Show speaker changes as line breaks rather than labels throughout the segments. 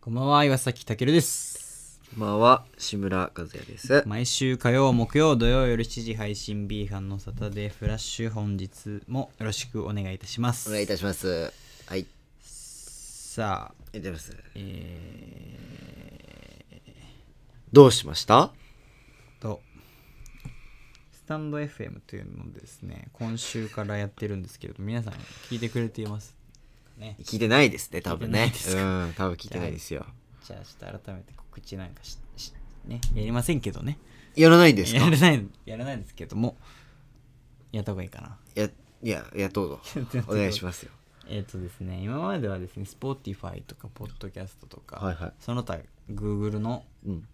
こんばんは、岩崎健です。
こんばんは、志村和也です。
毎週火曜、木曜、土曜夜7時配信 B 班のサタデーフラッシュ、本日もよろしくお願いいたします。
お願いいたします。はい、
さあ、
やってます。
え
どうしました
ー、と、スタンド FM というのをですね、今週からやってるんですけれど、皆さん聞いてくれていますかね。
聞いてないですね、多分ね
聞いてないで。す
うん、多分聞いてないですよ。
じゃあ、ちょっと改めて告知なんかし、しね、やりませんけどね。
やらないんです
や
から
ない、やらないんですけども、やった方がいいかな。。
や、いや、やっとうぞお願いしますよ。
えっ、とですね、今まではですね、Spotify とか Podcast とか、
はいはい
その他 Google の
うん。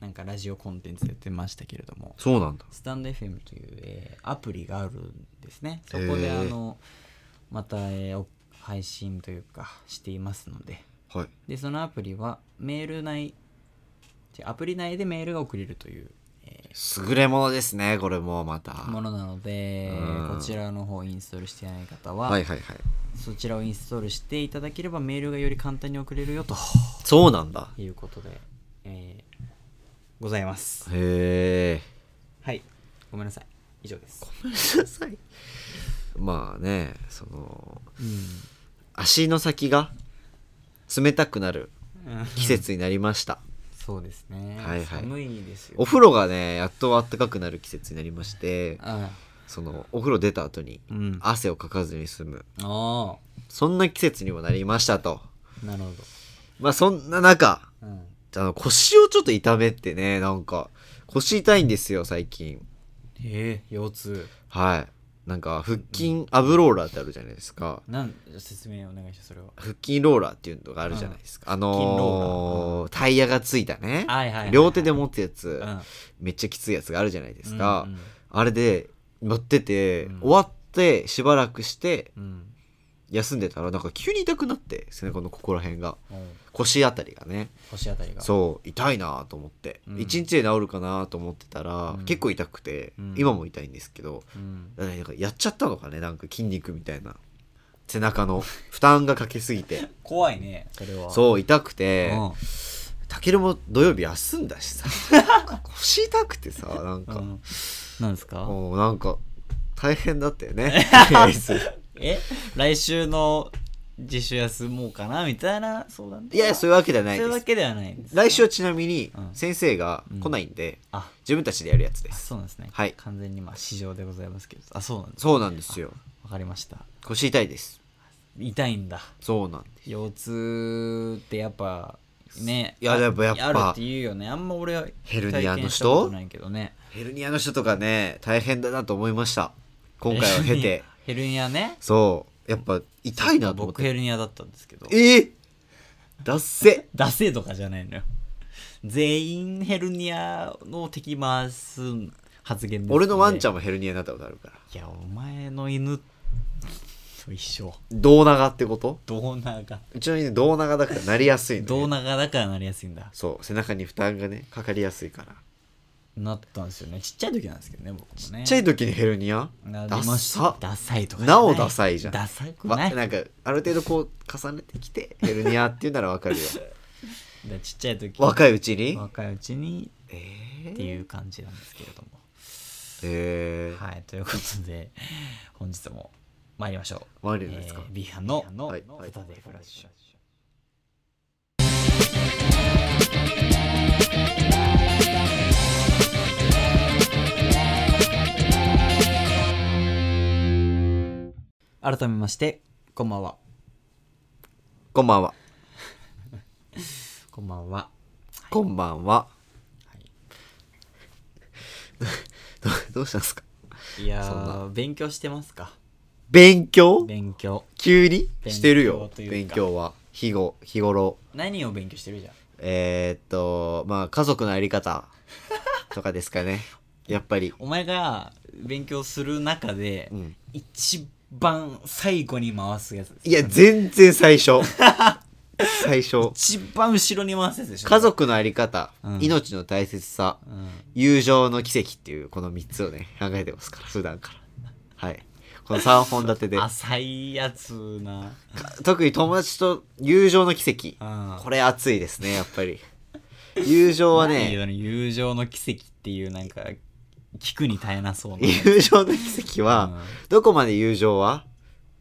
なんかラジオコンテンツやってましたけれども、
そうなんだ。
スタンド FM という、えーアプリがあるんですね。そこ
へ
で
ー
あの、また、えーお配信というかしていますので、
はい。
で、そのアプリはメール内、違うアプリ内でメールが送れるという、え
優れものですね、これもまた。
ーも
は
のなので
うん
こちらの方インストールしてない方
い
は、
はいはい。
そちらをインストールしていただければメールがより簡単に送れるよと
そうなんだ。
いうことで、えーございます
へえ。
はいごめんなさい以上です
ごめんなさい。まあね、その、
うん
足の先が冷たくなる
うん
季節になりました。
そうですね、
はいはい
寒いですよ
お風呂がねやっと暖かくなる季節になりまして
あ
そのお風呂出た後に
うんあ
汗をかかずに済む
あ
そんな季節にもなりましたと
ーなるほ
まあそんな中
ど、うん、
あの腰をちょっと痛めてねなんか腰痛いんですよ最近
ええ腰痛
はいなんか腹筋アブローラーってあるじゃないですか
なん説明お願いしますそれは
腹筋ローラーっていうのがあるじゃないですか、あ
筋ロー
のータイヤがついたね、
はいはいはい
両手で持つやつ、
うん
めっちゃきついやつがあるじゃないですか、
うんうん
あれで乗ってて、
うん
終わってしばらくして
うん
休んでたらなんか急に痛くなって背中のここら辺が
おう
腰あたりがね
腰あたりが
そう痛いなと思って、
うん
一日で治るかなと思ってたら、
うん
結構痛くて、
うん
今も痛いんですけど
う、ん、
だからなんかやっちゃったのかねなんか筋肉みたいな背中の負担がかけす ぎて
怖いねそれはう、
そう痛く
う
て、
ん
たけるも土曜日休んだし さ腰痛くてさなんか、
うん、なんですか
もうなんか大変だったよ ね
え来週の自主休もうかなみたいな相談
いやそう
う
いうわけではない
そういう
で
わ
す
けではないんです
来週はちなみに
うん
先生が来ないんで、
あ
自分たちでやるやつで
あ
す
そうなんですね
はい
完全にまあ市場でございますけどあそうなんです
そうなんですよ
わかりました
腰痛いです
痛いんだ
そうなんです
腰痛ってやっぱね
いややっぱやっぱ
あるって言うよねあんま俺は
ヘルニア
体
の人
験したことないけどね
ヘルニアの人とかね大変だなと思いました今回を経て
ヘルニアね
そうやっぱ痛いなと思っ
僕
て
ヘルニアだったんですけど
えー、だっせ
出せとかじゃないのよ全員ヘルニアの敵回す発言です、
俺のワンちゃ
ん
んもヘルニアになったことあるから
いやお前の犬と一緒
胴長ってこと
胴長
うちの犬胴長だからなりやすいの、
胴
ね、
長だからなりやすいんだ
そう背中に負担がねかかりやすいから
なったんですよねちっちゃい時なんですけどね僕もねち
ちっちゃい時にヘルニア
な
ダ
りま
ッ
した
サ
ダサいとか
なおダサいじゃん
ダサく
ま、
ない、
なんかある程度こう重ねてきてヘルニアっていうならわかるよ
でちっちゃい時
若いうちに
若いうちに
え
って
ー、
いう感じなんですけれども、
えー、
はいということで本日も参りましょう
マリオですか、
えー、B 班の「
はい
の
はい
サタデーフラッシュ」改めましてこんばんは
こんばんは
こんばんは
こんばんは、
はい
どどうしたんですか
いや
そん
ー勉強してますか
勉強
勉強
急に
強
してるよ
というか
勉強は日ご日頃
何を勉強してるじゃん
えー、っとまあ家族のあり方とかで すかねやっぱり
お前が勉強する中で、
うん
一番最後に回すやつです
いや全然 最初最初
一番後ろに回すやつでしょ
家、族のあり方、
うん
命の大切さ、
うん、
友情の奇跡っていうこの3つをね考えてますから普段からはいこの3本立てで
浅いやつな
特に友達と友情の奇
あ
跡
ー
これ熱いですねやっぱり友情は
何
ね
よ友情の奇跡っていうなんか聞くに耐えなそうな
友情の奇跡は、
う
どこまで友情は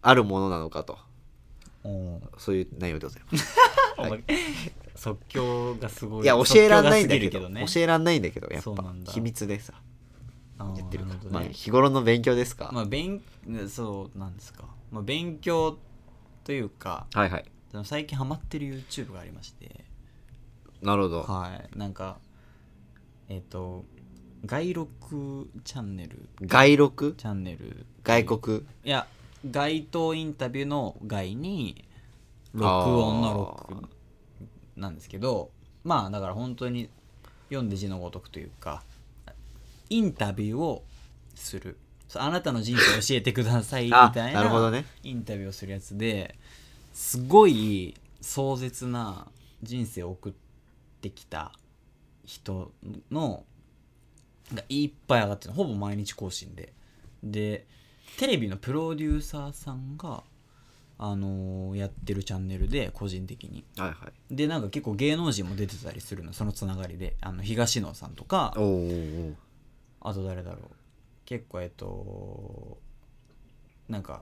あるものなのかと
うん
そういう内容でございます
お前即興がすごい
いや教えらんないんだ
即
け
興が
ど
過ぎる
教えらんないんだけどやっ
そうな
ぱ
んだ
秘密でさ
あー
やってる
な
から、まあ
ほどね
日頃の勉強ですか、
まあ勉そうなんですか、まあ、勉強というか
はいはい
その最近ハマってる YouTube がありまして
なるほど、
はいなんかえっ、と外録チャンネル
外録
チャンネル
外国
いや街頭インタビューの外に録音の録なんですけどまあだから本当に読んで字のごとくというかインタビューをするそうあなたの人生を教えてくださいみ
あ
たい
なるほ
な
どね
インタビューをするやつですごい壮絶な人生を送ってきた人のがいっぱい上がってるほぼ毎日更新ででテレビのプロデューサーさんが、あのーやってるチャンネルで個人的に
はいはい
でなんか結構芸能人も出てたりするのそのつながりであの東野さんとか
おーおーおー
あと誰だろう結構えっとなんか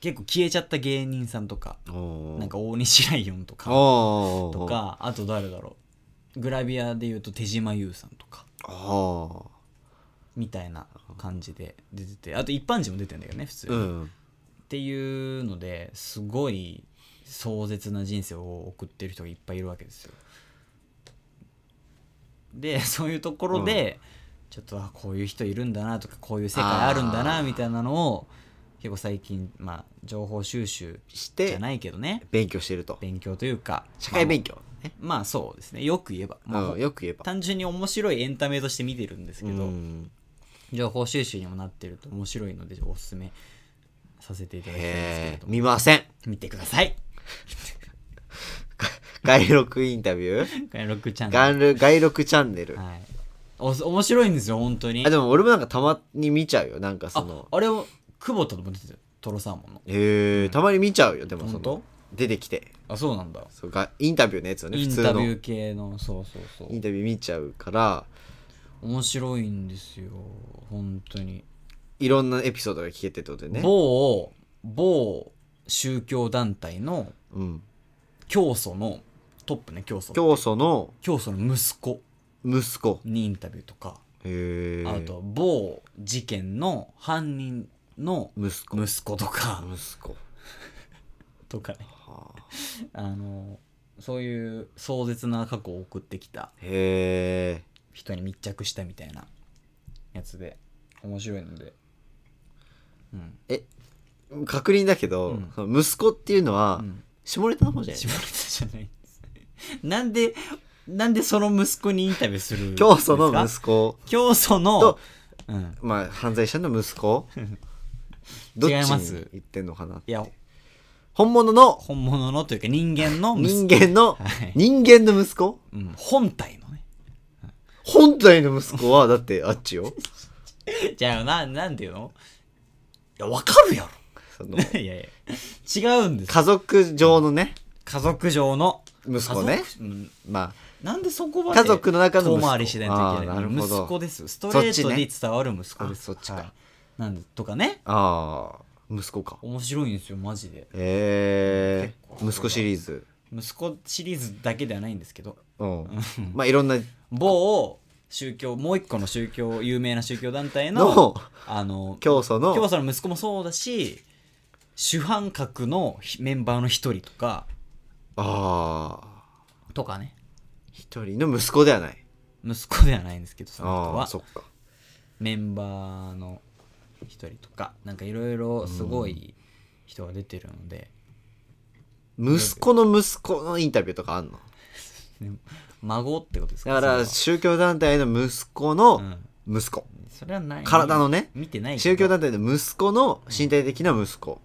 結構消えちゃった芸人さんとか
おー
なんか大西ライオンとか
おー
とかあと誰だろうグラビアで言うと手島優さんとか
おーお
みたいな感じで出ててあと一般人も出てんだよね普通
ー
に、
うん
っていうのですごい壮絶な人生を送ってる人がいっぱいいるわけですよ。でそういうところで、ちょっとあこういう人いるんだなとかこういう世界あるんだな
あー
みたいなのを結構最近、まあ、情報収集じ
して
ゃないけどね
勉強してると
勉強というか
社会勉強ね、
まあ、まあそうですねよく言えば、まあ
うん、よく言えば
単純に面白いエンタメとして見てるんですけど、
うん
情報収集にもなってると面白いのでおすすめさせていただきたいんですけれ
え
ど
ー、
も
見ません
見てください
外録インタビ ュー
外録チャンネ
外録外録チャンネル
ル。はい。お面白いんですよ、本当に。
あでも俺もなんかたまに見ちゃうよなんかそ
あ
の
あれを、久保田とも出てたよ。トロサーモンの。
へえー、たまに見ちゃうよでもそ
本
の
当
出てきて
あ、そうなんだ。
そうがインタビューのやつよね
イ
普
ン
通
タ
の
ビ
イ
ュー系の、そうそうそ
ン
う。
タビュー見ちゃうから
面白いんですよ、本当に。
いろんなエピソードが聞けてってことでね
某、某宗教団体の
うん
教祖の、トップね、教祖。
教祖の
教祖の息子
息子
にインタビューとか、
へえ
あと、某事件の犯人の
息子
息子とか、
息子
とかね。
はあ
あのそういう壮絶な過去を送ってきた
へえ
人に密着したみたいなやつで面白いのでうん、
確認だけど、
うん
その息子っていうの
う
は、
ん、
下ネタの方じゃない
下ネタじゃないんですなんでなんでその息子にインタビューするんですか
教祖の息子
教祖の
と、
うん、
まあ犯罪者の 息子どっち
違います
に言ってんのかない
や
本物の
本物のというか人間の息子、
人間の、
はい
人間の息子
うん、本体のね
本体の息子はだってあっ ちよ
じゃあななんていうのいやわかるや
その
ろいやいや違うんです
家族上のね
家族上の
息子ね
家族うん
ま
なんでそこま
あ
で
家族の中の息
遠
子
回りしないといけ
あ
な
ー
い
なるほど
息子ですストレー
そっ
ト
ち
に
ね
伝わる息子です
あそっちか
はいなんでとかね
ああ息子か
面白いんですよマジで
ええ
結構
息子シリーズ
息子シリーズだけではないんですけど
うんまあいろんな
某宗教もう一個の宗教有名な宗教団体の
の
あの
教祖の
教祖の息子もそうだし主犯格のひメンバーの一人とか
ああ
とかね
一人の息子ではない
息子ではないんですけどその人
ああ
は
そっか
メンバーの一人とかなんかいろいろすごい人が出てるので、
息子の息子のインタビューとかあんの
ね孫ってことですか
だから
そ
宗教団体の息子
れは
の息子、
うん、それはない
体のね
見てないけ
宗
ど
教団体の息子の身体的な息子、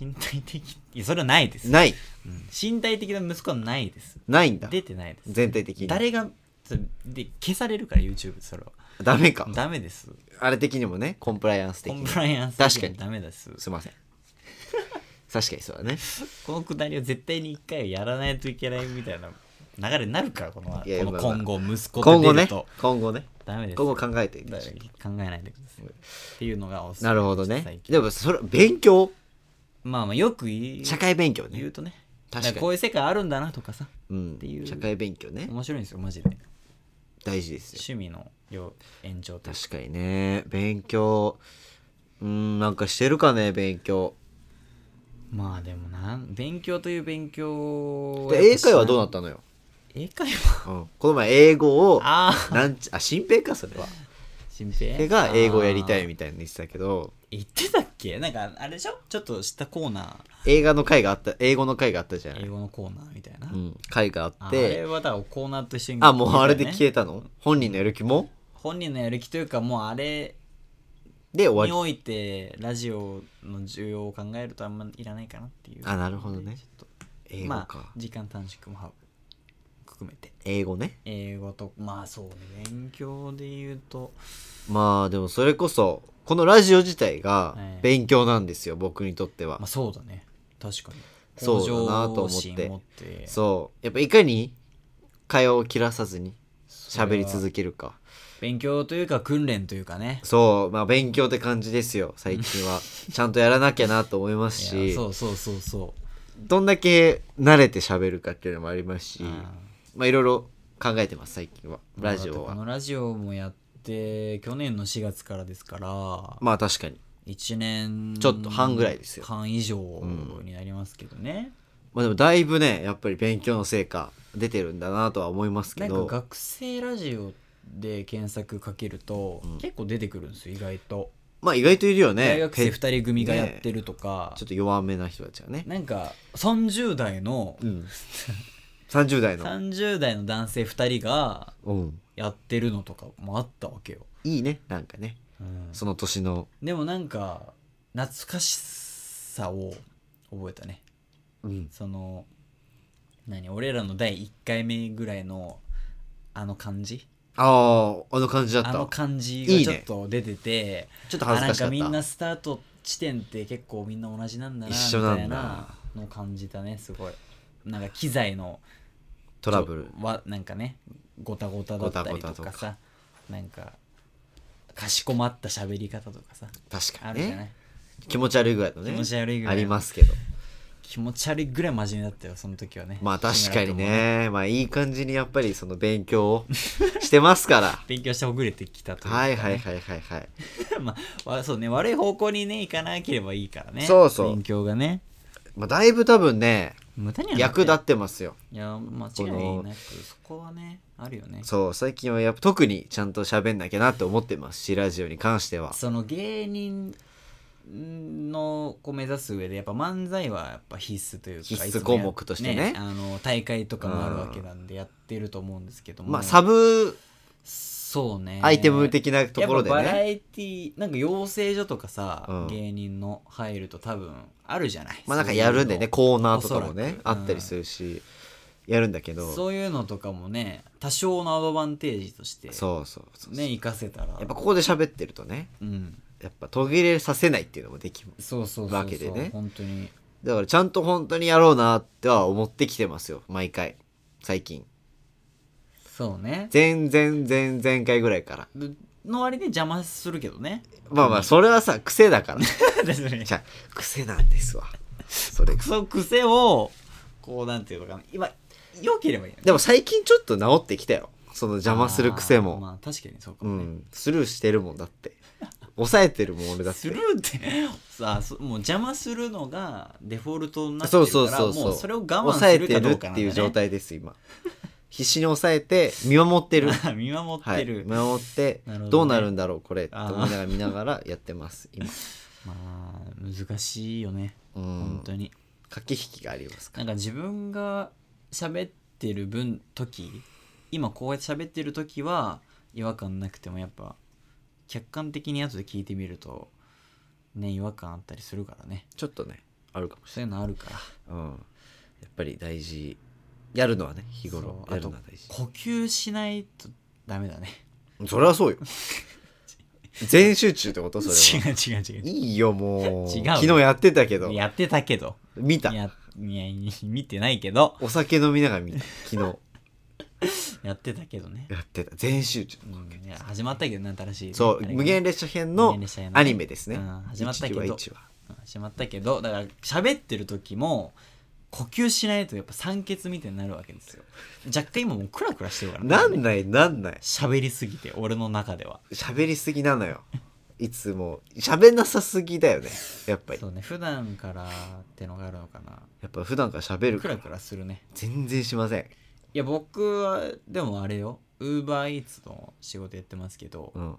身体的いやそれはないです、
ない
うん身体的な息子はないです
ないんだ
出てないです
全体的に
誰がそれで消されるから YouTube それは
ダメか。
ダメです
あれ的にもね、コンプライアンス的
コン
に。
プライアンス
確か
的
に
ダメです
すいません。確かにそうだね。
このくだりを絶対に一回はやらないといけないみたいな流れになるからこの
い や
この
まあまあ
今後息子と
今後
出る
ね
と、
今後ね、
ダメです
今後考えていき
だ
ま
か
しょう
ら考えないでくださいっていうのがおすすめ
なるほどね
最。近
でも、それ、勉強
まあまあよく言い
社会勉強
言
ね
う。とね
確
だ
かに
からこういう世界あるんだなとかさ
うん
ていう。
社会勉強ね。
面白いんですよマジで
大事です
趣
よ。
味のよ延長というか
確かにね。勉強。うん、なんかしてるかね、勉強。
まあでもな勉強という勉強を
で英会話どうな
っ
ったのよ。
た英会話
うん。この前、英語を、
ああ
なんち、あ、新平か、それは。
新平
手が英語やりたいみたいに言ってたけど、
あー言ってたっけなんかあれでしょちょっとしたコーナ
映画の回があった、英語の回があったじゃな
ー英
い。
語のコーナーみたいな、
うん、回があっ
あれ
て、
はだからコーナーと一緒に
あ、もうあれで
消
消
え
えたの本人のやる気も
本人のやる気というかもうあれ
で終
に
わ
おいてラジオの需要を考えるとあんまいらないかなっていう
り。あ、なるほどね
ち。ょっと
英語
ま
か。
あ時間短縮も含めて
英語ね。
英語とまあそうね勉強で言うと
まあでもそれこそ、このラジオ自体が
はい
勉強なんですよ、僕にとっては
まあ。そうだね確かに
そうだなと思
向
って
上心持って
そう。やっぱいかに会話を切らさずに
そ
喋
れ
り
は
続けるか。
勉強というか訓練というかね
そう、まあ勉強って感じですよ、最近 は。ちゃんとやらなきゃなと思います
いや
し、
そうそうそうそ
どんだけ慣れて喋るかっていうのもありますし
う、うん、
まあいろいろ考えてます、最近は。ラジオ
だってこ
は。
のラジオもやって去年の4月からですから
まあ確かに。
1年
ちょっと半ぐらいですよ
半以上になりますけどね、
まあでもだいぶね、やっぱり勉強の成果出てるんだなとは思いますけ
なん
ど
か、学生ラジオで検索かけると、
うん
結構出てくるんですよ意外と、
まあ意外といるよね。
大学生
ペ
2人組がやってるとか、
ちょっと弱めな人たちがね。
なんか30代の
うん。30代の。
30代の男性2人が
うん。
やってるのとかもあったわけよ、
いいね、なんかね。
うん
その年の。
でもなんか懐かしさを覚えたね
うん。
その何俺らの第1回目ぐらいのあの感じ
ああ、あの感じだっ
あ
た。
の感じ
いい
が
ね
ちょっと出てて
ちょっと
あ
恥ず
な
か
ん
しか
か
っ
みんな
た。
スタート地点って結構みんな同じなんだなみ
一緒な
たい
ん
な
だ
のを感じたねすごいなんか機材の
トラブル
ち。ょはなんかねごたごただったりとかさ
ごたごたとか
なんかかしこまった喋り方とかさ
確
あ
か
る
に
じゃな
ね。
い
気持ち悪いぐらいのね。
気持ち悪いぐらい
ありますけど。
気持ち悪いぐらい真面目だったよその時はね
まあ確かに
志村君も
ね。まあいい感じにやっぱりその勉強をしてま すから。
勉強してほぐれてきたというか
はい
ね
はいはいはいはい。
まあわそうね悪い方向にね行かなければいいからね
そうそう
勉強がね
まあだいぶ多分ね、
無駄にはなって
役
ない
立ってますよ。
いや間違いなくそこはねあるよね
そう、最近はやっぱ特にちゃんと喋んなきゃなって思ってますし、ラジオに関しては。
その芸人のこう目指す上でやっぱ漫才はやっぱ必須というか
必須
いつもや
項目としてね
あの大会とかもあるわけなんでやってると思うんですけども
まあサブ
そうね
アイテム的なところで
やっぱバラ
ね。
エティなんか養成所とかさ、
うん
芸人の入ると多分あるじゃない
まあなんかやるんでね、コーナーとかも
おそ
ね
ら、く
あったりするし、やるんだけど、そう
そういうのとかもね多少のアドバンテージとして
そうそう。
ね活かせたら
やっぱここで喋ってるとね、
うん
やっぱ途切れさせないっていうのもできます。
そうそうそうそう
わけでね
本当に
だからちゃんと本当にやろうなっては思ってきてますよ、毎回。最近。
そうね
全然全然回ぐらいから。
の割に邪魔するけど ね
まあまあ、それはさ、癖 だから。
ですね
じゃあ癖なんですわ。それが。
その癖をこうなんていうのかな今良ければいいよね
でも最近ちょっと治ってきたよ。その邪魔する癖
あー
も。
まあ確かにそうか
う
もね、
ん。スルーしてるもんだって。抑えてるもん俺だっ
ス
て
ル。ーってさあそもう邪魔するのがデフォルトになって
そ
る
う
から
そうそうそ
も
う。
うそれを我慢
抑え
する
て
か
る
どう
っ
かなん
て
だ、ね、
いう状態です、今。必死に抑えて、見守ってる。
見守っ
は
て
い。
る、
見守って
なるほど、ね
どうなるんだろう、これ。って
あー
思いながら見ながらやってます、今。
まあ難しいよね、
う
本
ん。
当に
駆け引きがありますか
なんか自分が喋ってる分時今こうやって喋ってる時は違和感なくてもやっぱ客観的に後で聞いてみるとね違和感あったりするからね
ら。ちょっとね、あるかもし
そういうのあるから
れない。うん。やっぱり大事やるのはね日頃
そう
や
あ
る
と
のは大事
呼吸しないとダメだね
それ はそうよ全集中ってことそれは
違う違う違う
いいよもう
違うよ
昨日やってたけど
やってたけど
見た
いやいやいや見てないけど
お酒飲みながら見た昨日
やってたけどね、
や ってた全集中
うんいや始まったけどな新しい
そ
あれ
う
がね
無限列車編
無
の
限列車編のね
アニメですね
うん始まったけど
1話1話
うん始まったけどだから喋ってる時も呼吸しないとやっぱ酸欠みたいになるわけですよ若干今もうクラクラしてるからね
なんないなんない
喋りすぎて俺の中では
喋りすぎなのよいつも喋んなさすぎだよねやっぱり
そうね普段からってのがあるのかな
やっぱ普段から喋る
ク
か
ラ
ら
クラするね
全然しません
いや僕はでもあれよウーバーイーツの仕事やってますけど
うん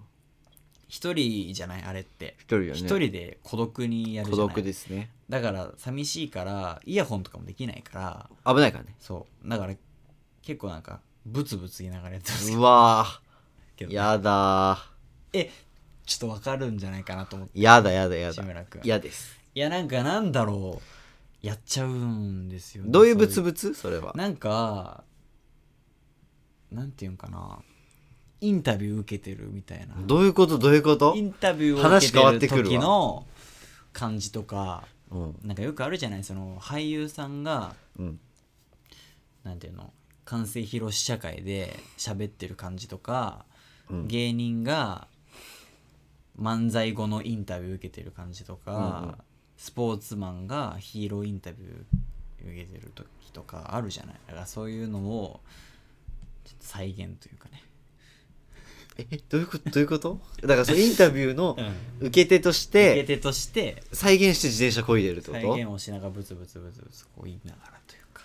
一人じゃないあれって
一人よね
一人で孤独にやる
孤
じゃない
独ですね
だから寂しいからイヤホンとかもできないから
危ないからね
そうだから結構なんかブツブツ言いながらやってます
うわ
けど
ーやだー
ちょっとわかるんじゃないかなと思って
やだやだや
志
だ
村君いや
嫌です
なんかなんだろうやっちゃうんですよね、
どういうブツ
そ
ブツそれは
なんかなんていうんかなインタビュー受けてるみたいな
どういうことどういうこと
インタビューを
話変わっ
受け
て
て
くる
る時
わ
の感じとか
うん
なんかよくあるじゃないその俳優さんが
うん
なんていうの完成披露試写会で喋ってる感じとか、
うん
芸人が漫才後のインタビュー受けてる感じとか、
うんうん
スポーツマンがヒーローインタビュー受けてる時とかあるじゃないだからそういうのをちょっと再現というかね、
ええどういうことどういうことだ からそのインタビューの受け手とし
受け
て
手として
再現して自転車こいでるってこ
再
と
現をしながらブツブツブツブツこう言いながらというか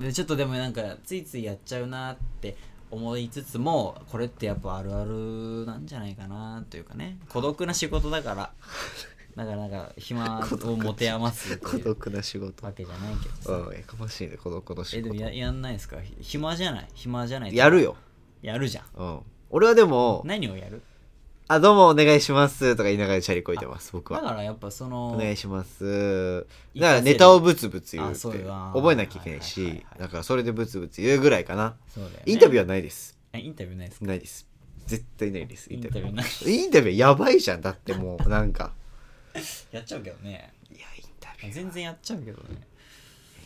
でちょっとでもなんかついついやっちゃうなって思いつつもこれってやっぱあるあるなんじゃないかなというかね孤独な仕事だ からだからなんか暇
孤独
を持て余すって
孤
いう
独な仕事
わけじゃないけど
う
さ
んやかましいね孤独の仕
えで
事
もややんないですかひ暇じゃない暇じゃない
やるよ
やるじゃん
うん俺はでも
何をやる
「あどうもお願いします」とか言いながらチャリこいてます僕
だ
は
からやっぱそ
「お
の
願いします」
行
だ
かせ
から
る
ネタをブツブツ言う
あ
って
そうよな
覚えなきゃいけな
はい
い
はい
し
はいはい
だからそれでブツブツ言うぐらいかな
そうだよね
インタビューはないです
あインタビューないですか
ないです絶対ないです
イ
イ
ン
ン
タ
タ
ビ
ビ
ュ
ュ
ーない
ーインタビューやばいじゃんだっても うなんか
やっちゃうけどね
いやインタビュー
全然やっちゃうけどね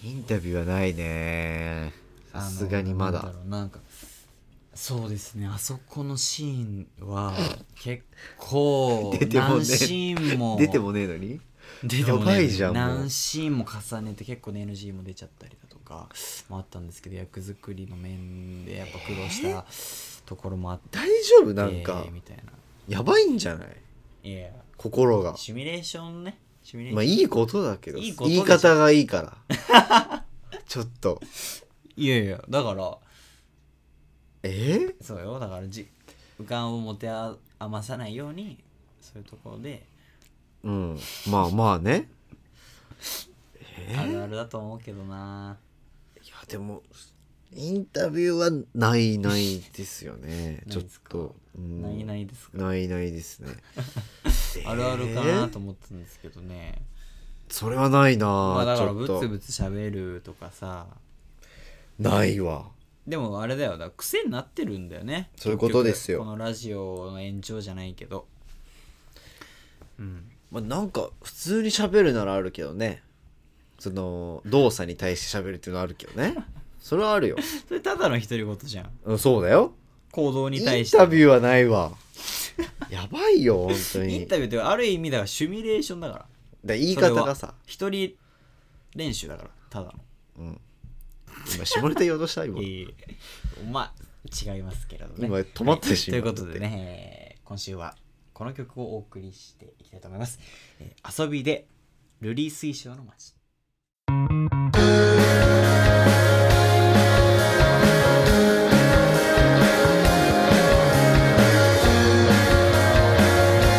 インタビューはないねさすがにま
あの
だ
なんろうなんかそうですねあそこのシーンは結構
出てもね
何シーンも
出てもねえのに
出てもね
やばいじゃんもう
何シーンも重ねて結構ね NG も出ちゃったりだとかもあったんですけど役作りの面でやっぱ苦労したところもあって
大丈夫なんか
みたいな
やばいんじゃない
いやいや
心が
シミュレーションねシミュレーション、
まあいいことだけど
いいことで
言
しょ
い方がいいから ちょっと
いやいやだから
え
そうよだからじ時間を持て余さないようにそういうところで
うんまあまあねえ
ある
い
あるだと思うけどな
やでもインタビューはないないですよ ねちょっとうん
ないないですか
ないないですね
あるあるかなと
えー
思ったんですけどね、
それはないな
まあだから
ちょ
ブ
っと
ツブツ喋るとかさ
ないわ
でもあれだよだから癖になってるんだよね
そういうことですよ
結局このラジオの延長じゃないけどうん
まあ、なんか普通に喋るならあるけどねその動作に対して喋るっていうのはあるけどねそれはあるよ、
それただの独り言じゃん
うん、そうだよ
行動
イ
に
ン
対して
タビューはないわやばいよ本当
イ
に
ンタビューってある意味だからシミュレーションだから
だ言い方がさ、
一人練習だからただの
うん、今下ネタ言おうとした今
ええまあ違いますけれどね
今止まってしま
は
う
いということでね、えー今週はこの曲をお送りしていきたいと思います、えー遊びでルリー水晶の街
一人でバ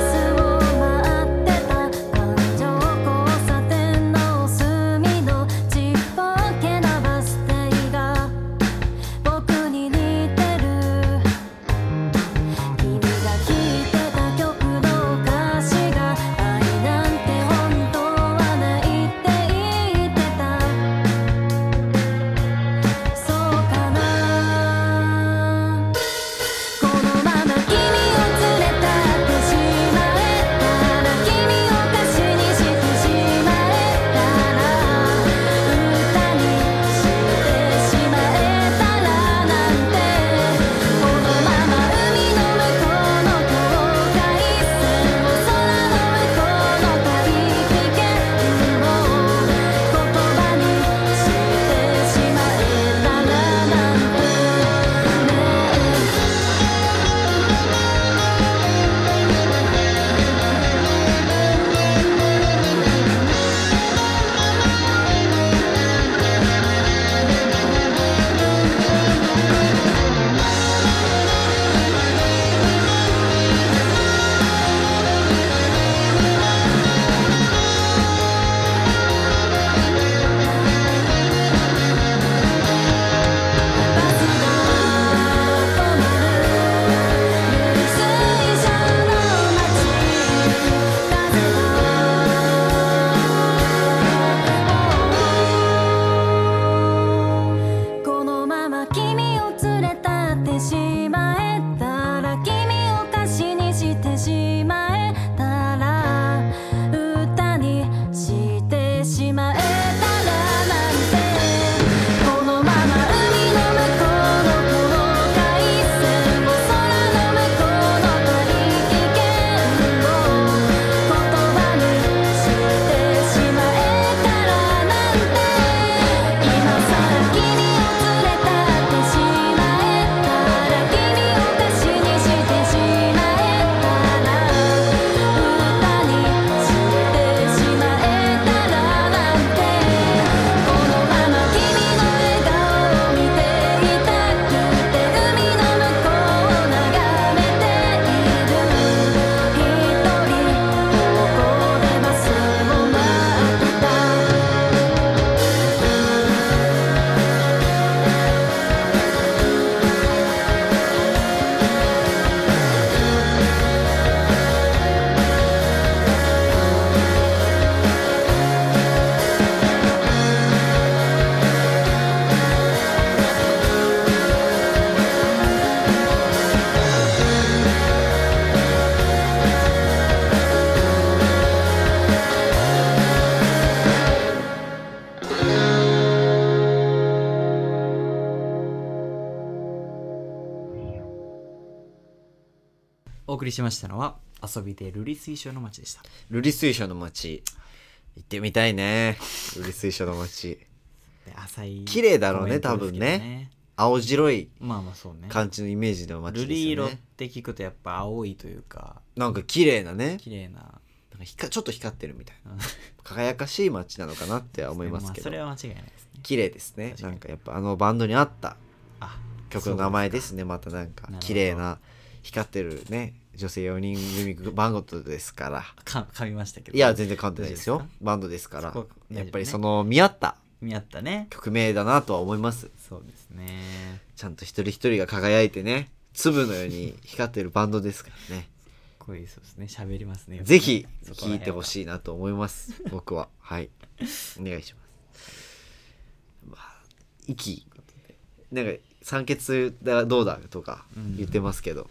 スを待ってた環状交差点の隅のちっぽけなバス停が僕に似てる君が聴いてた曲の
送りしましたのは遊びで瑠璃水晶の街でした
瑠璃水晶の町行ってみたいね瑠璃水晶の町
で浅い
綺麗だろうね
コメントですけど
多分青白い
まあまあそうね
感じのイメージの町で
瑠
すよね
璃色って聞くとやっぱ青いというか
なんか綺麗なね
綺麗な
なんか光ちょっと光ってるみたいな
うん
輝かしい町なのかなっては思いますけど
あそれは間違いないですね
綺麗ですね
確か
な
に
んかやっぱあのバンドに合った
あ
曲の名前ですねまたなんか
なるほど
綺麗な光ってるね女性4人組バンドですから
か噛みましたけど
いや全然簡単です
大
よ
丈夫です
バンドですから
そこ
や
大
っぱり
丈夫ね
その見合った
見合ったね
曲名だなとは思います
そうですね
ちゃんと一人一人が輝いてね粒のように光ってるバンドですからね
こういうそうですね喋りますね
ぜひ聴
聴
いてほ
い
しいなと思います僕ははいお願いします、まあ、息なんか酸欠だどうだとか
うん
言ってますけど、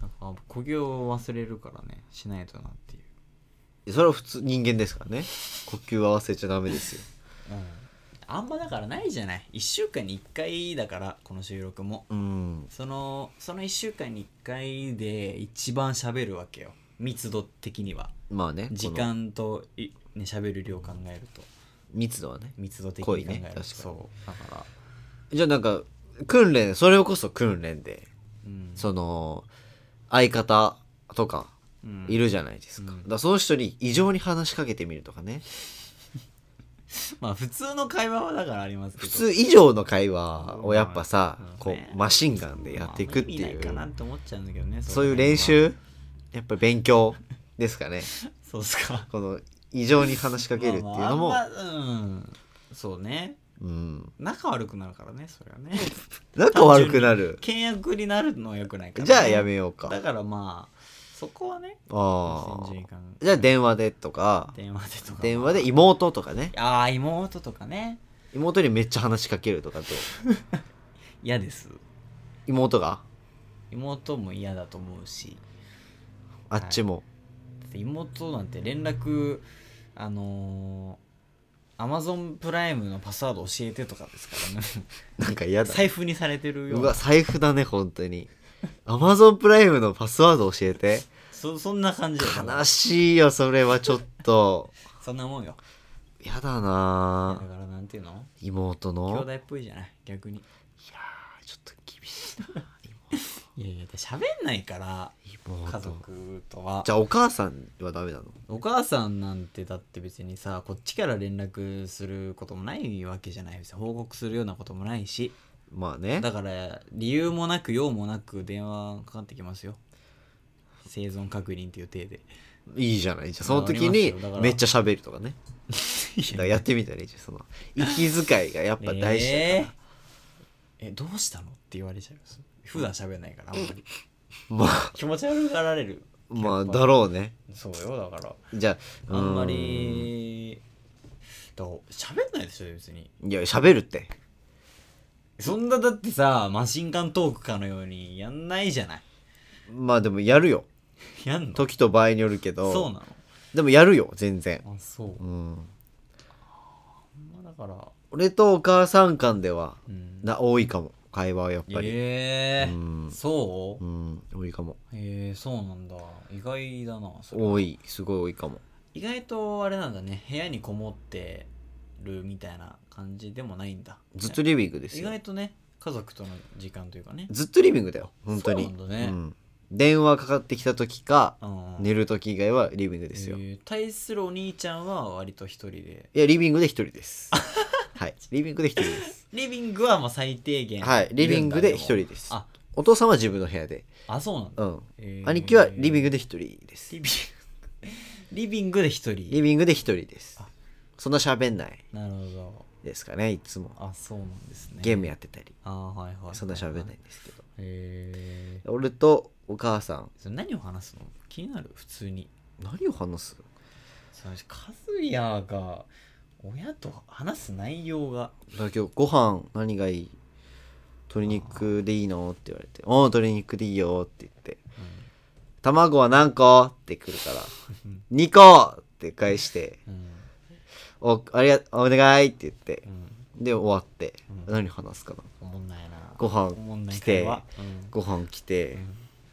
なんか呼吸を忘れるからねしないとなっていう、
それは普通人間ですからね呼吸合わせちゃダメですよ
うん、あんまだからないじゃない1週間に1回だからこの収録も
うん
そのその1週間に1回で一番喋るわけよ密度的には
まあね
時
この
間とい、ね、喋る量考えると
密度はね
密度的
濃
に
い
考え
ね
ると、
確かに
そうだから、
じゃあなんか訓練それこそ訓練で
うん
その相方とか
うん
いるじゃないですか,、
うん
だからその人に異常に話しかけてみるとかね
まあ普通の会話はだからありますけど
普通以上の会話をやっぱさ、
うん
こ
ね
うマシンガンでやっていく
ま
って
ああんま
い
意味
う、
ないかなって思っちゃうんだけどね
そういう
れは
練習やっぱ勉強ですかね
そうっすか
この異常に話しかけるっていうのも、
まあまああんまうんそうね
うん
仲悪くなるからねそれはね
仲悪くなる
倹約になるのは良くないからね、
じゃあやめようか
だからまあそこはね
あ
先
ー
人間
じゃあ電話でとか
電話でとか
電話で妹とかね
ああ妹とかね
妹にめっちゃ話しかけるとかと
嫌です
妹が
妹も嫌だと思うし
あっちも、
だって妹なんて連絡あのアマゾンプライムのパスワード教えてとかですからね
なんか嫌 だ
財布にされてるよ
う
うな
わ財布だね本当に Amazon プライムのパスワード教えて
そそんな感じだよ
悲しいよそれはちょっと
そんなもんよ
やだ
だ
な
か
ぁ
らなんていうの
妹の
兄弟っぽいじゃない逆に
いやーちょっと厳し
いやいや喋んないから
い妹
家族とは
じゃあお母さんはダメなの
お母さんなんてだって別にさこっちから連絡することもないわけじゃないですよ報告するようなこともないし
まあね
だから理由もなく用もなく電話かかってきますよ生存確認っていう体で
いいじゃないじゃあその時
あり
に
ますよだから
めっちゃ喋るとか ねだからやってみたらいいじゃんその息遣いがやっぱ大事だから、
えーえどうしたのって言われちゃいます普段喋んないからあんまり
まあ
気持ち悪がられる
まあ
やっぱ
だろうね
そうよだから
じゃあ
あんま
う
りだから喋んないでしょ別に
ーんいや喋るって
そんなだってさマシンガントークかのようにやんないじゃない
まあでもやるよ
やんの
時と場合によるけど
そうな
でもやるよ全然、
のあそう
うん、
まあだから
俺とお母さん間では
うん
な多いかも会話はやっぱり、
ええ
うん、
そううん
多いかも
ええそうなんだ意外だなそれ
多いすごい多いかも
意外とあれなんだね部屋にこもってるみたいな感じでもないんだ
ずっとリビングです
意
よ
外とね家族との時間というかね
ずっとリビングだよ本当に
そうなんだね
ん電話かかってきた時か
うん
寝る時以外はリビングですよ、
えー対するお兄ちゃんは割と一人で
いやリビングで一人です はいリビングで一人です
リビングはまあ最低限
はいリビングで一人
いるんだ
です
もあ
お父さんは自分の部屋で
あそうなんだ、
うん
えー
兄貴はリビングで一人です
リビング リビングで一
リ
人
ビングで一人です
あ
そんな喋んない
なるほ
ですかねいつも
どあそうなんですね
ゲームやってたり
あーはいはい
そんな喋んない
へ
んですけど
え
俺とお母さん
それ何を話すの気になる普通に
何を話す
そのカズヤが親と話す内容が
だけどご飯何がいい鶏肉でいいのって言われて「おお鶏肉でいいよ」って言って「卵は何個?」って来るから
うん
「2個!」って返して
うん
「おありがお願い!」って言って
うん
で終わって
うん
何話すかな
おもんないな
ご飯
おもんない
来て
会話うん
ご飯来て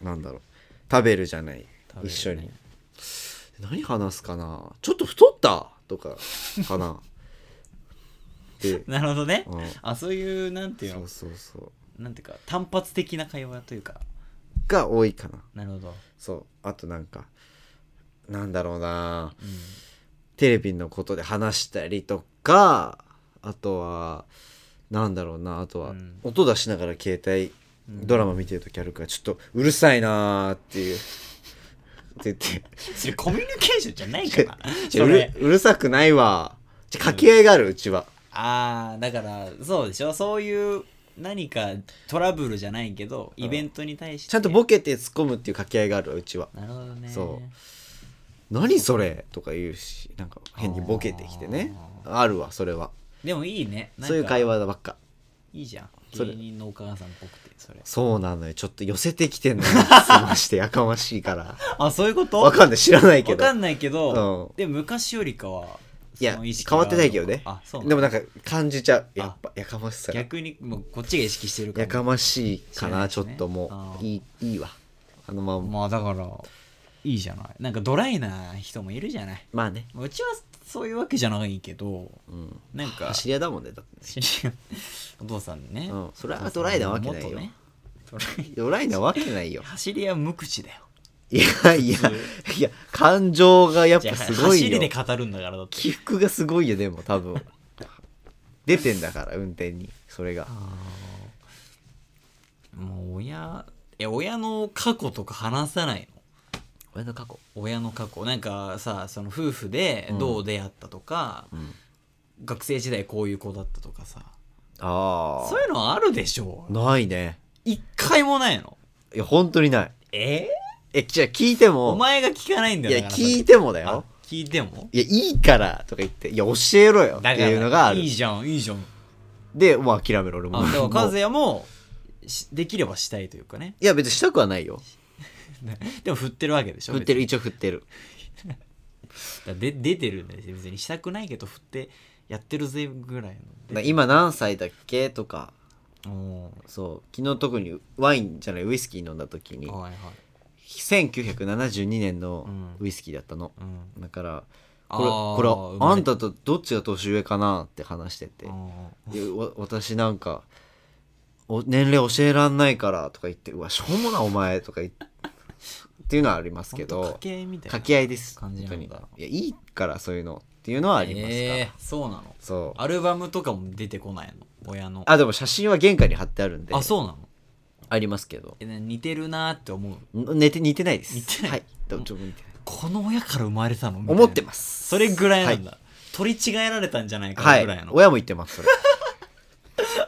なんだろう食べるじゃない
食べるね
一緒に何話すかなちょっと太ったとかかなで
なるほどね、
うん
あそういうなんていう
そ
の
うそうそう
なんていうか単発的な会話というか
が多いかな
なるほど、
そうあとなんかなんだろうな
うん
テレビのことで話したりとかあとはなんだろうなあとは
うん
音出しながら携帯、
うん
ドラマ見てる時あるからちょっとうるさいなーっていうって言って
それコミュニケーションじゃないから
じ
そ
ゃあうる
れ
うるさくないわじゃあ掛け合いがあるうちは、
ああだからそうでしょそういう何かトラブルじゃないけどイベントに対して
ちゃんとボケて突っ込むっていう掛け合いがあるわうちは
なるほどね
そう何それとか言うしなんか変にボケてきてねあるわそれは
でもいいねなんか
そういう会話ばっか
いいじゃん
それ
芸人のお母さんっぽくてそれ
そうなのよちょっと寄せてきてんのよすましてやかましいから
あ そういうこと
わかんない知らないけ
わ
ど
かんないけど、
うん
で昔よりかはい
や
その意識
変わってないけどね
があるのかあそう
でも
な
なんんか感じちゃうやっぱやかましさが
逆にもうこっちが意識してるか
やからましいかな
知
ちょ
ら
っ
ないですね
とも
あ
う
ー
いいいいわあのまんま
まあだからいいじゃないなんかドライな人もいるじゃない
まあね
うちはそういうわけじゃないけど
うん
なんか
走り屋だもんねだってね
知り合い お父さんね、
うんそれはドライなわけないよ
元ねドライ
ドライなわけな いよ
走りは無口だよ
いやいやいや感情がやっ
じゃ
ぱ
あ
すご
走
い
りで
よ
語るんだからだって
起伏がすごいよでも 多分出てんだから運転にそれが
もう親え親の過去とか話さないの
俺の過去
親の過去なんかさその夫婦でどう出会ったとか、
ん
学生時代こういう子だったとかさ
あ
そういうのあるでしょ
あないね
一回もないの
いや本当にない
え
えじゃあ聞いて
お
も
前が聞かないんだ
い
よ
や
だから
聞いてもだ
あ
よ
聞いても
いやいいからとか言っていや教えろよっ
だ
て
から
いうのがある
いいじゃんいいじゃん
でもう諦めろ俺も
あでも
もう
和也もしできればしたいというかね
いや別にしたくはないよ
でも振ってるわけでしょ
振ってる一応振ってる
別にだで出てるんだよ別にしたくないけど振ってやってるぜぐらいの
な今何歳だっけとか
お
そう昨日特にワインじゃないウイスキー飲んだ時に
ーはいはい
1972年の
うん
ウイスキーだったの、
うん
だから
あ
これ
ー
こ
う
れ
まい
あんたとどっちが年上かなって話してて
あー
でわ私なんかお年齢教えらんないからとか言ってうわしょうもなお前とか言ってっていうのはありますけ
ほんと
ど
掛け合いみたいな
掛け合いです
感
本
じな
当に
ん
い
だ
やいいからそういうのっていうのはありますから、
えーそうなの
そう
アルバムとかも出てこないの親の
あでも写真は玄関に貼ってあるんで
あそうなの
ありますけど
えな似てるなーって思うん
寝て似てないです
似てない
はいどうちょっと似てない
この親から生まれたのみたいな
思ってます
それぐらいなんだ、
は
取り違えられたんじゃないか
は
ないぐらいの、
親も言ってますそれ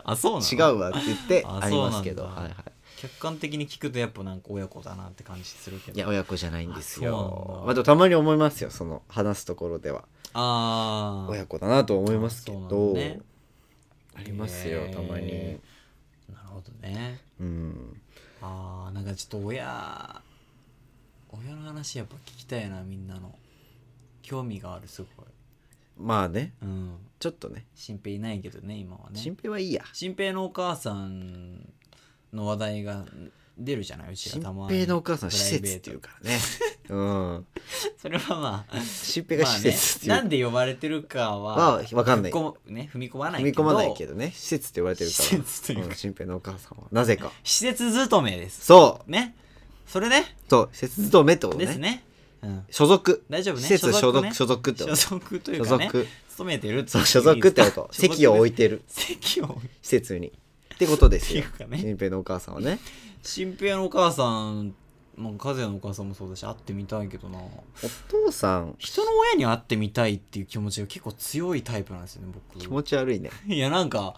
あそうなの
違うわって言って
あ
ありますけど
そうなん
は
だ
いはい
客観的に聞くとやっぱなんか親子だなって感じするけど
いや親子じゃないんです
あそうなん
よ
だ
まあでもたまに思いますよその話すところでは
ああ
親子だなと思いますけ
あそうなん
ど
だね
あります
へ
よ
ー
たまに
なるほどね
うん
あーなんかちょっと親親の話やっぱ聞きたいなみんなの興味があるすごい
まあね
うん
ちょっとね
新平いないけどね今はね
心配はいいや
新平のお母さんの話題が出るじゃないうち
心
がたまに
平のお母さん施設って
プライベー
いう からねうん
トそれはまあ
心平が施設ってい
まあね、なん
う
で呼ばれてるか
は
は
わかんない
踏み込むね、踏み込まない
踏
け
み
ど
込まないけどね施設って言われてるから
施設というか
ん心平のお母さんはなぜか
施設勤めです
そう
ねそれね
そう施設勤めってこと
です
ね
ね、うん、
所属
大丈夫ね
施設所属
ね
所属ってこと
所属というかね
所属
勤めてるっていう
そう所属ってこと
所属
席を置いてる
席を置い
施設にってことですよ
っていうかね
新平のお母さんはね
新平のお母さんも和也のお母さんもそうだし会ってみたいけどな
お父さん
人の親に会ってみたいっていう気持ちが結構強いタイプなんですよね僕
気持ち悪いね
いやなんか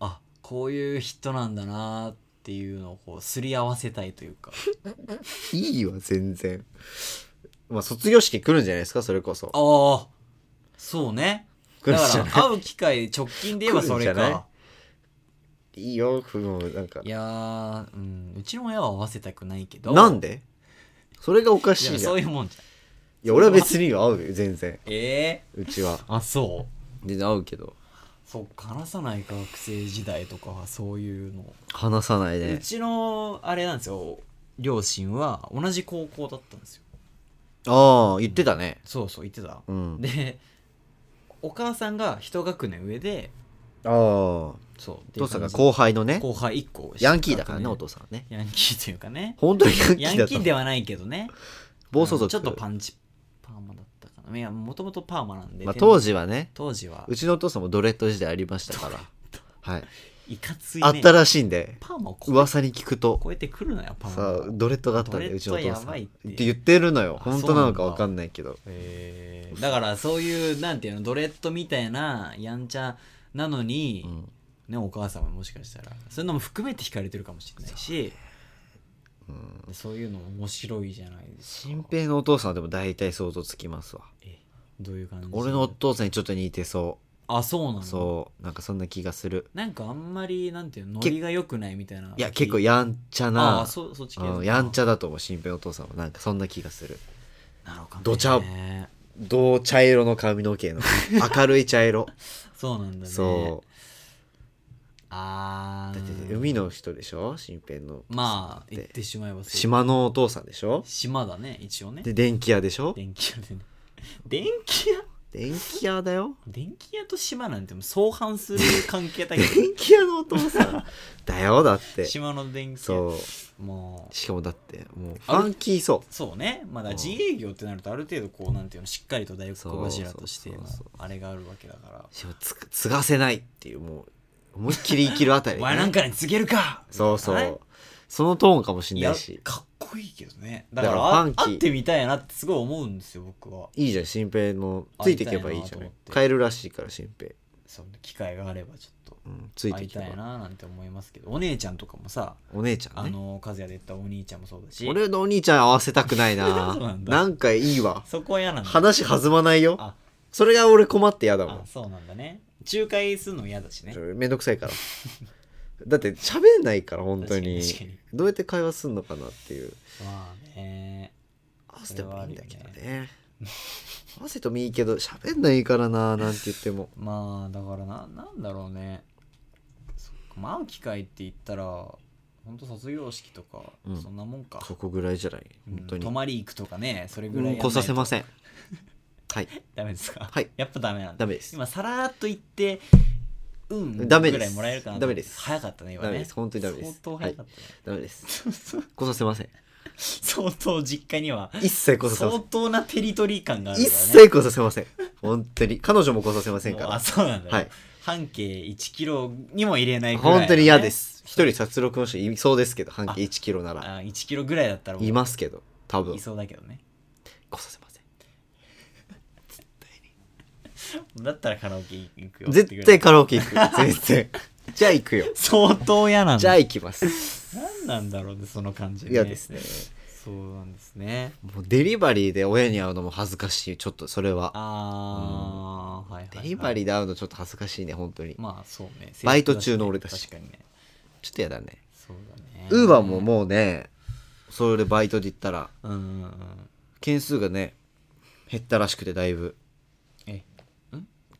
あこういう人なんだなっていうのをこうすり合わせたいという か
いいわ全然まあ卒業式来るんじゃないですかそれこそ
ああそうね
来
だ
るん
か
じゃ
ら
ない
会う機会直近で言えばそれ
来るんじゃない
か
いいよふもうなんか
いやー、うん、うちの親は会わせたくないけど
なんでそれがおかし
い
い
や
じゃん
そう
い
いうもんじゃん
や俺は別に合うよ全然
ええ
うちは
あそう
全然合うけど
そっか話さない学生時代とかはそういうの、
話さないうね
ちのあれなんですよ両親は同じ高校だったんですよ
ああ言ってたね
そうそう言ってた、
うん
でお母さんが一学年上で
ああ
そう
お父さんが後輩のね
後輩1個
ヤンキーだからねお父
さ
さんはね
んヤンキーというかね
本当に
ヤ
ヤ
ン
ンキーだ
キ
と
ーではないけどね
暴走族
ちょっとパンチパーマだったかないやもともとパーマなんで、
まあ、
でも
当時はね
当時は
うちのお父さんもドレッド時代ありましたからはい
いかつい、ね、
あったらしいんで
パーマを超え
噂に聞くと
超えてくるなよパーマ
さあ
が
ドレッドだったんで
ドレ
うち
ッ
の
ド
お父さん
やばい
っ
って
て言ってるのよ
あ
本
そ
当なのか
うなんだ
わかんないけど
えーだからそういうなんていうのドレッドみたいなやんちゃなのに、
うん
ね、お母様もしかしたらそういうのも含めて惹かれてるかもしれないし
うん
そう,、いうのも面白いじゃないですか
新平のお父さんはでも大体想像つきますわ
えどういう感じ
俺のお父さんにちょっと似てそ
あそうな
う
の
そうなんかそんな気がする
なんかあんまりなんていうのノリが良くないみたいないい
や結構やんちゃな
あそそっち系
うんやんち
ゃ
ゃだと思う新平のお父さんはなんかそんな気がする
なのかね
どちゃ銅茶色の髪の毛の明るい茶色
そうなんだね
そう
あ
うだ
ー
って海の人でしょ新平の
まあ
だっ
言っててしまえばそう
島のお父さんでしょ
島だね一応ね
で電気屋でしょ
電気屋でね 電気屋
電気屋だよ
電気屋と島なんてもう相反する関係だけ
電気屋のお父さんだよだって
ど島の電気屋
そう
もう
しかもだってもうフ
あれ
ァンキーそう
そうねまだ
うん
自営業ってなるとある程度こうなんていうのしっかりと大
そう
黒柱としての
そうそうそう
あれがあるわけだから
しかもつ継がせないっていうもう思いっきり生きるあたり
お
ね、
前なんかに告げるか
そうそ
みたいう
そのトーンかもし
ない
ん
や
ないし
かっこいいけどねだ
だ
か
かららファンキー
会ってみたいなってすごい思うんですよ僕はい
いじゃん新平のついていけばいいじ
会いた
ゃ
いなと
な
思
い
って
変えるらしいから新平、
その機会があればちょっ
うん、つ
と
いて
会
い
い
け
たい
ば
ななんて思いますけどお姉ちゃんとかもさ
お姉ちゃん
あ
ね
の和也で言ったお兄ちゃんもそうだし
俺のお兄ちゃん合わせたくない な
そうなんだ
なんかいいわ
そこは嫌なんだ
話弾まないよ
あ
それが俺困ってやだも
あ
ん
そうなんだね仲介するの嫌だしね
それめんどくさいからだって喋んないから本当に
確かに確
どうやって会話すんのかなっていう
まあね
合わせてもいいんだけど
そ
ね合わせてもいいけど喋んないからななんて言っても
まあだからななんだろうねそっかまあ会う機会って言ったら本当卒業式とか、
うん
そんなもんか
そこぐらいじゃない
うん
本当に、
泊まり行くとかねそれぐらいやんないと
来させませんはい
ダメです か
はい
やっぱダメなんだ
ダメです
今さらっと言ってうん
ダメです
ぐらいもらえるかな
ダメです
早かったね今ね
ダメです本当にダメです
相当早かったね、
ダメです
そう
来させません
相当実家には
一切来させませ
相
ん
当なテリトリー感がある
一
からね
切来させません本当に彼女も来させませんか
もうあ
ら
そうなんだ、
はい
半径1キロにも入れないぐらいのね、
本当に嫌です一人殺戮の人いそうですけど半径1キロなら
あ1キロぐらいだったらもう
いますけど多分
いそうだけどね
来させません
だったらカラオケ行くよってぐ
絶
らい
対カラオケ行 く絶対じゃあ行くよ
相当嫌なん
じゃ
だ
あ行きます
何なんだろうねその感じね
嫌ですね
そうなんですね
もうデリバリーで親に会うのも恥ずかしいちょっとそれは
あー、はいはい、は
デ
い、
リバリーで会うのちょっと恥ずかしいね本当に
まあそうね
バイト中の俺だし
確かにね
ちょっとやだね
そうだね
ウーバーももうねそれでバイトで行ったら
うんうんうん
件数がね減ったらしくてだいぶ
え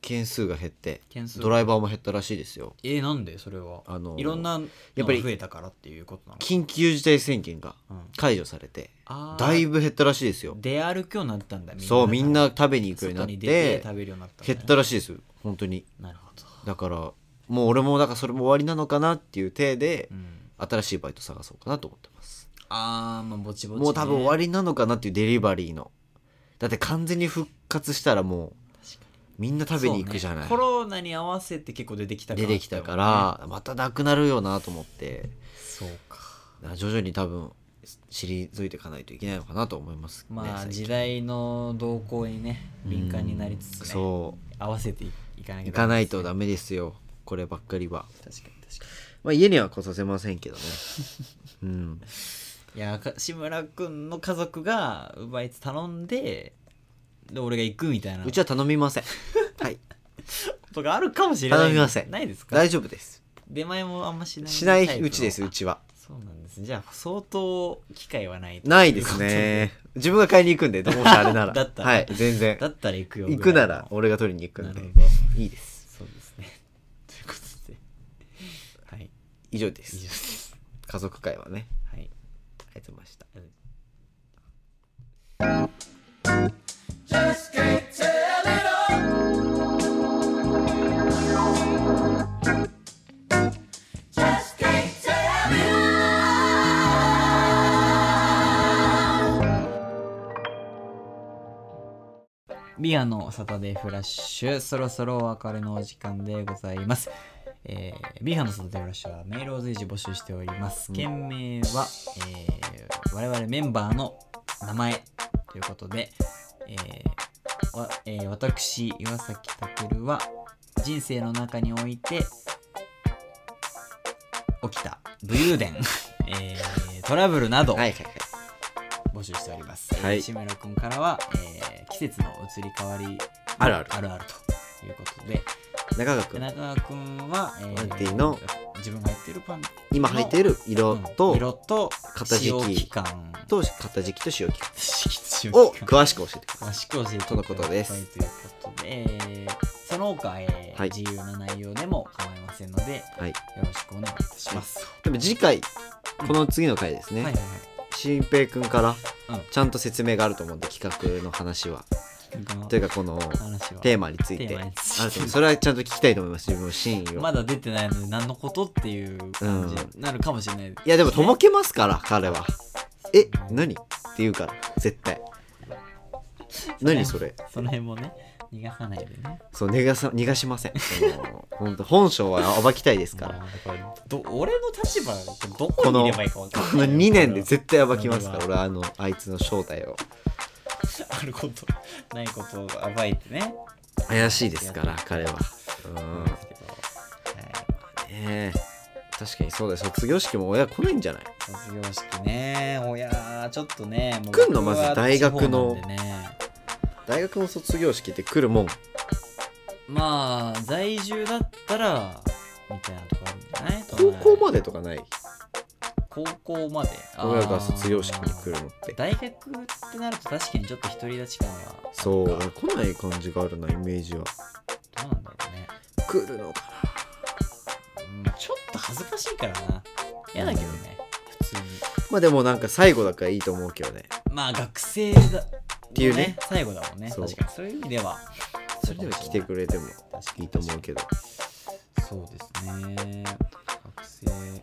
件数が減って
件数
ドライバーも減ったらしいですよ
えなんでそれは
あのー
いろんな
や
や
っ
っ
ぱ
ぱ
り
り増えたからっていうことなの
緊急事態宣言が
うん
解除されて
あー
だいぶ減ったらしいですよ
出歩くようになったんだ
そうみんな
だか
食べに行くよ
ら
う
外
になっ
に出
て
て食べるようになったんだ
減
ね
ったらしいですよ本当に
なるほど、
だからもう俺もだからそれも終わりなのかなっていう体で
うん、
新しいバイト探そうかなと思ってます
ああまあぼちぼち、ね、
もう多分終わ
り
りなのかなっていうデリバリーのだって完全に復活したらもうみんな食べに行くじゃない、
コロナに合わせて結構出てきた
出てきたからまたなくなるよなと思って
そうか
だから徐々に多分退いていかないといけないのかなと思います、ね、
まあ
最近
時代の動向にね敏感になりつつ、ね、
そ
合わせていいかな
う
きゃ
行かないと
ダ
ダ
メ
メですよこればっかりは
ですね確かに確か
まあ家には来させませんけどね うん
にいやか志村くんの家族がウーバーイーツ頼んでで俺が行くみたいな
うちは頼みませんはい
とかあるかもしれない
頼みません
ないですか
大丈夫です
出前もあんましない
しな
タイ
い
プの
うちですうちは
そうなんですじゃあ相当機会はないと
ないで すね自分が買いに行くんでどうもしあれなら
だったら
はい全然
だったら行くよ
行くなら
ぐ
俺が取りに行く
らいの
ん
な
で
るほど
いいです
そうですねということではい
以上で
以上ですす
家族会はね
はい
りがとうございました
うんビアのサタデーフラッシュ、そろそろお別れのお時間でございます。えー、ビアのサタデーフラッシュはメールを随時募集しております。件名は、えー我々メンバーの名前ということで、えーわえー私、岩崎健は人生の中において起きた武勇伝、 えートラブルなど、
はいはいはい
募集しております。
はい
えー志村君からは、えー季節の移り変わり
あるある
あるあるということで、
中川
田
君
中君は、え
パンティの
自分がやってるパンティ
今履いている色と、
うん色と
型時期
使用期間
と片時期と使用期間
使用期間
を詳しく教え てくださ
詳しく教えて
とのことです
ということで、えーその他、えー
はい
自由な内容でも構いませんので、よ
い、はい、
ろしくお願いいたします。
でも次回この次の回ですね、
はいはい
新平君から
うん
ちゃんと説明があると思うんで企画の話は、
はい。この
というかこの
話は
テーマについて
テー
あ
マ
る
について
と思うそれはちゃんと聞きたいと思います自分の真意を、
まだ出てないので何のことっていう感じになるかもしれない、
いやでもとぼけますから彼はえ何って言うから絶対何それ
その辺もね逃がさないでね
そう逃がさ逃がしませんその本当本性は暴きたいですから
もうこれど俺の立場どこにいればいいか分かんない
この2年で絶対暴きますから
俺
俺はあのあいつの正体を
あることないことを暴いてね
怪しいですから彼はうん
ですけどはい
ねえ確かにそうだよ卒業式も親来ないんじゃない
卒業式ね親ちょっとねもう
来んの
僕は
まず大学の
地方なんでね
大学の卒業式って来るもん
まあ在住だったらみたいなとこあるんじゃない
高校
で
までとかない
高校まで
親が卒業式に来るのって
大学ってなると確かにちょっと独り立ち感は
そう
どう
俺来ない感じがあるなイメージは
なんだろうね
来るのか
うんちょっと恥ずかしいからな嫌だけどね普通に
まあでもなんか最後だからいいと思うけどね
まあ学生だって
いうね
最後だもんね
そう
確かにそういう意味では
それでも来てくれても
確か
い
に
いと思うけど
そうですね学生うんだ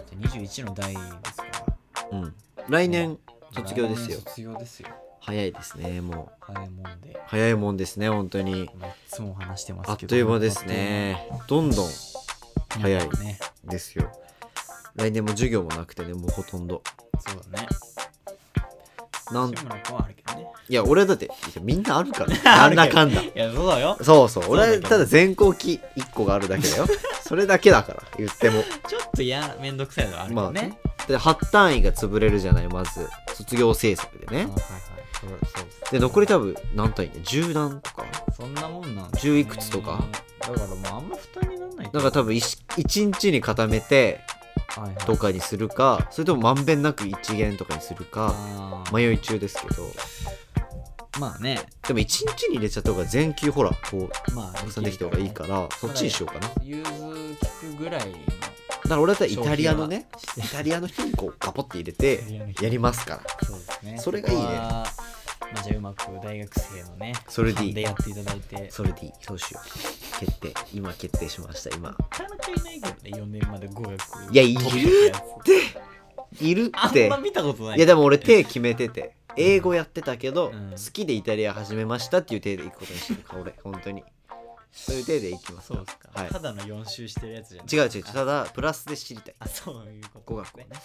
って21の代ですから
うん来年卒業ですよ
来年卒業ですよ
早いですねもう
早いもんで
早いもんですね本当に
まあいつも話してます
あっ
けど
という間ですねどんどん
あっとう間
早い
ね
ですよ来年も授業もなくてねもうほとんど
そうだね
なん
志村君はあるけどね
いや俺だっていやみんなあるから なんだかんだ
いやそうだよ
そうそう
そうだけ
俺
ど
ただ全校期1個があるだけだよそれだけだから言っても
ちょっと嫌めんどくさいのはあるけどね、
で8単位が潰れるじゃないまず卒業制作で
あ
ね
はいはいそうそう
で残り多分何単位ね10段とか
そんなもんなん
10いくつとか
だからもうあんま負担にならない
だから多分 1, 日に固めて
ら、はいはい、
とかにするかそれともまんべんなく1限とかにするか
あー
迷い中ですけど
まあね
でも1日に入れちゃった方が全級ほらこう
まあ
重ねてきた方がいいからそっちにしようかなだか
融通聞くぐらいの
ら俺だったらイタリアのねイ
消
タリアの人にこうガポって入れて
費はして
やりますから
そうですね
それがいいね
ここはまあ、じゃあうまく大学生のね
それでいい
勘でやっていただいて
それでいいそうしよう決定今決定しました今
なかなかいないけどね4年まで語学
いやいる
って
いる
あ
っ
ん
て
ま見たことない
いやでも俺手決めてて英語やってたけど、
うん
好きでイタリア始めましたっていう手で行くことにしてるから俺本当にそういう手で行きます
そうですか、
はい
ただの4周してるやつじゃない
違う違うただプラスで知りたい
あ、そういうこと
語学をね
は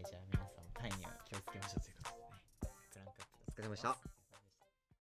い、じゃあ皆さん、単位を気をつけましょうということですね。クランクアップお疲れ様で
お疲れ様でした。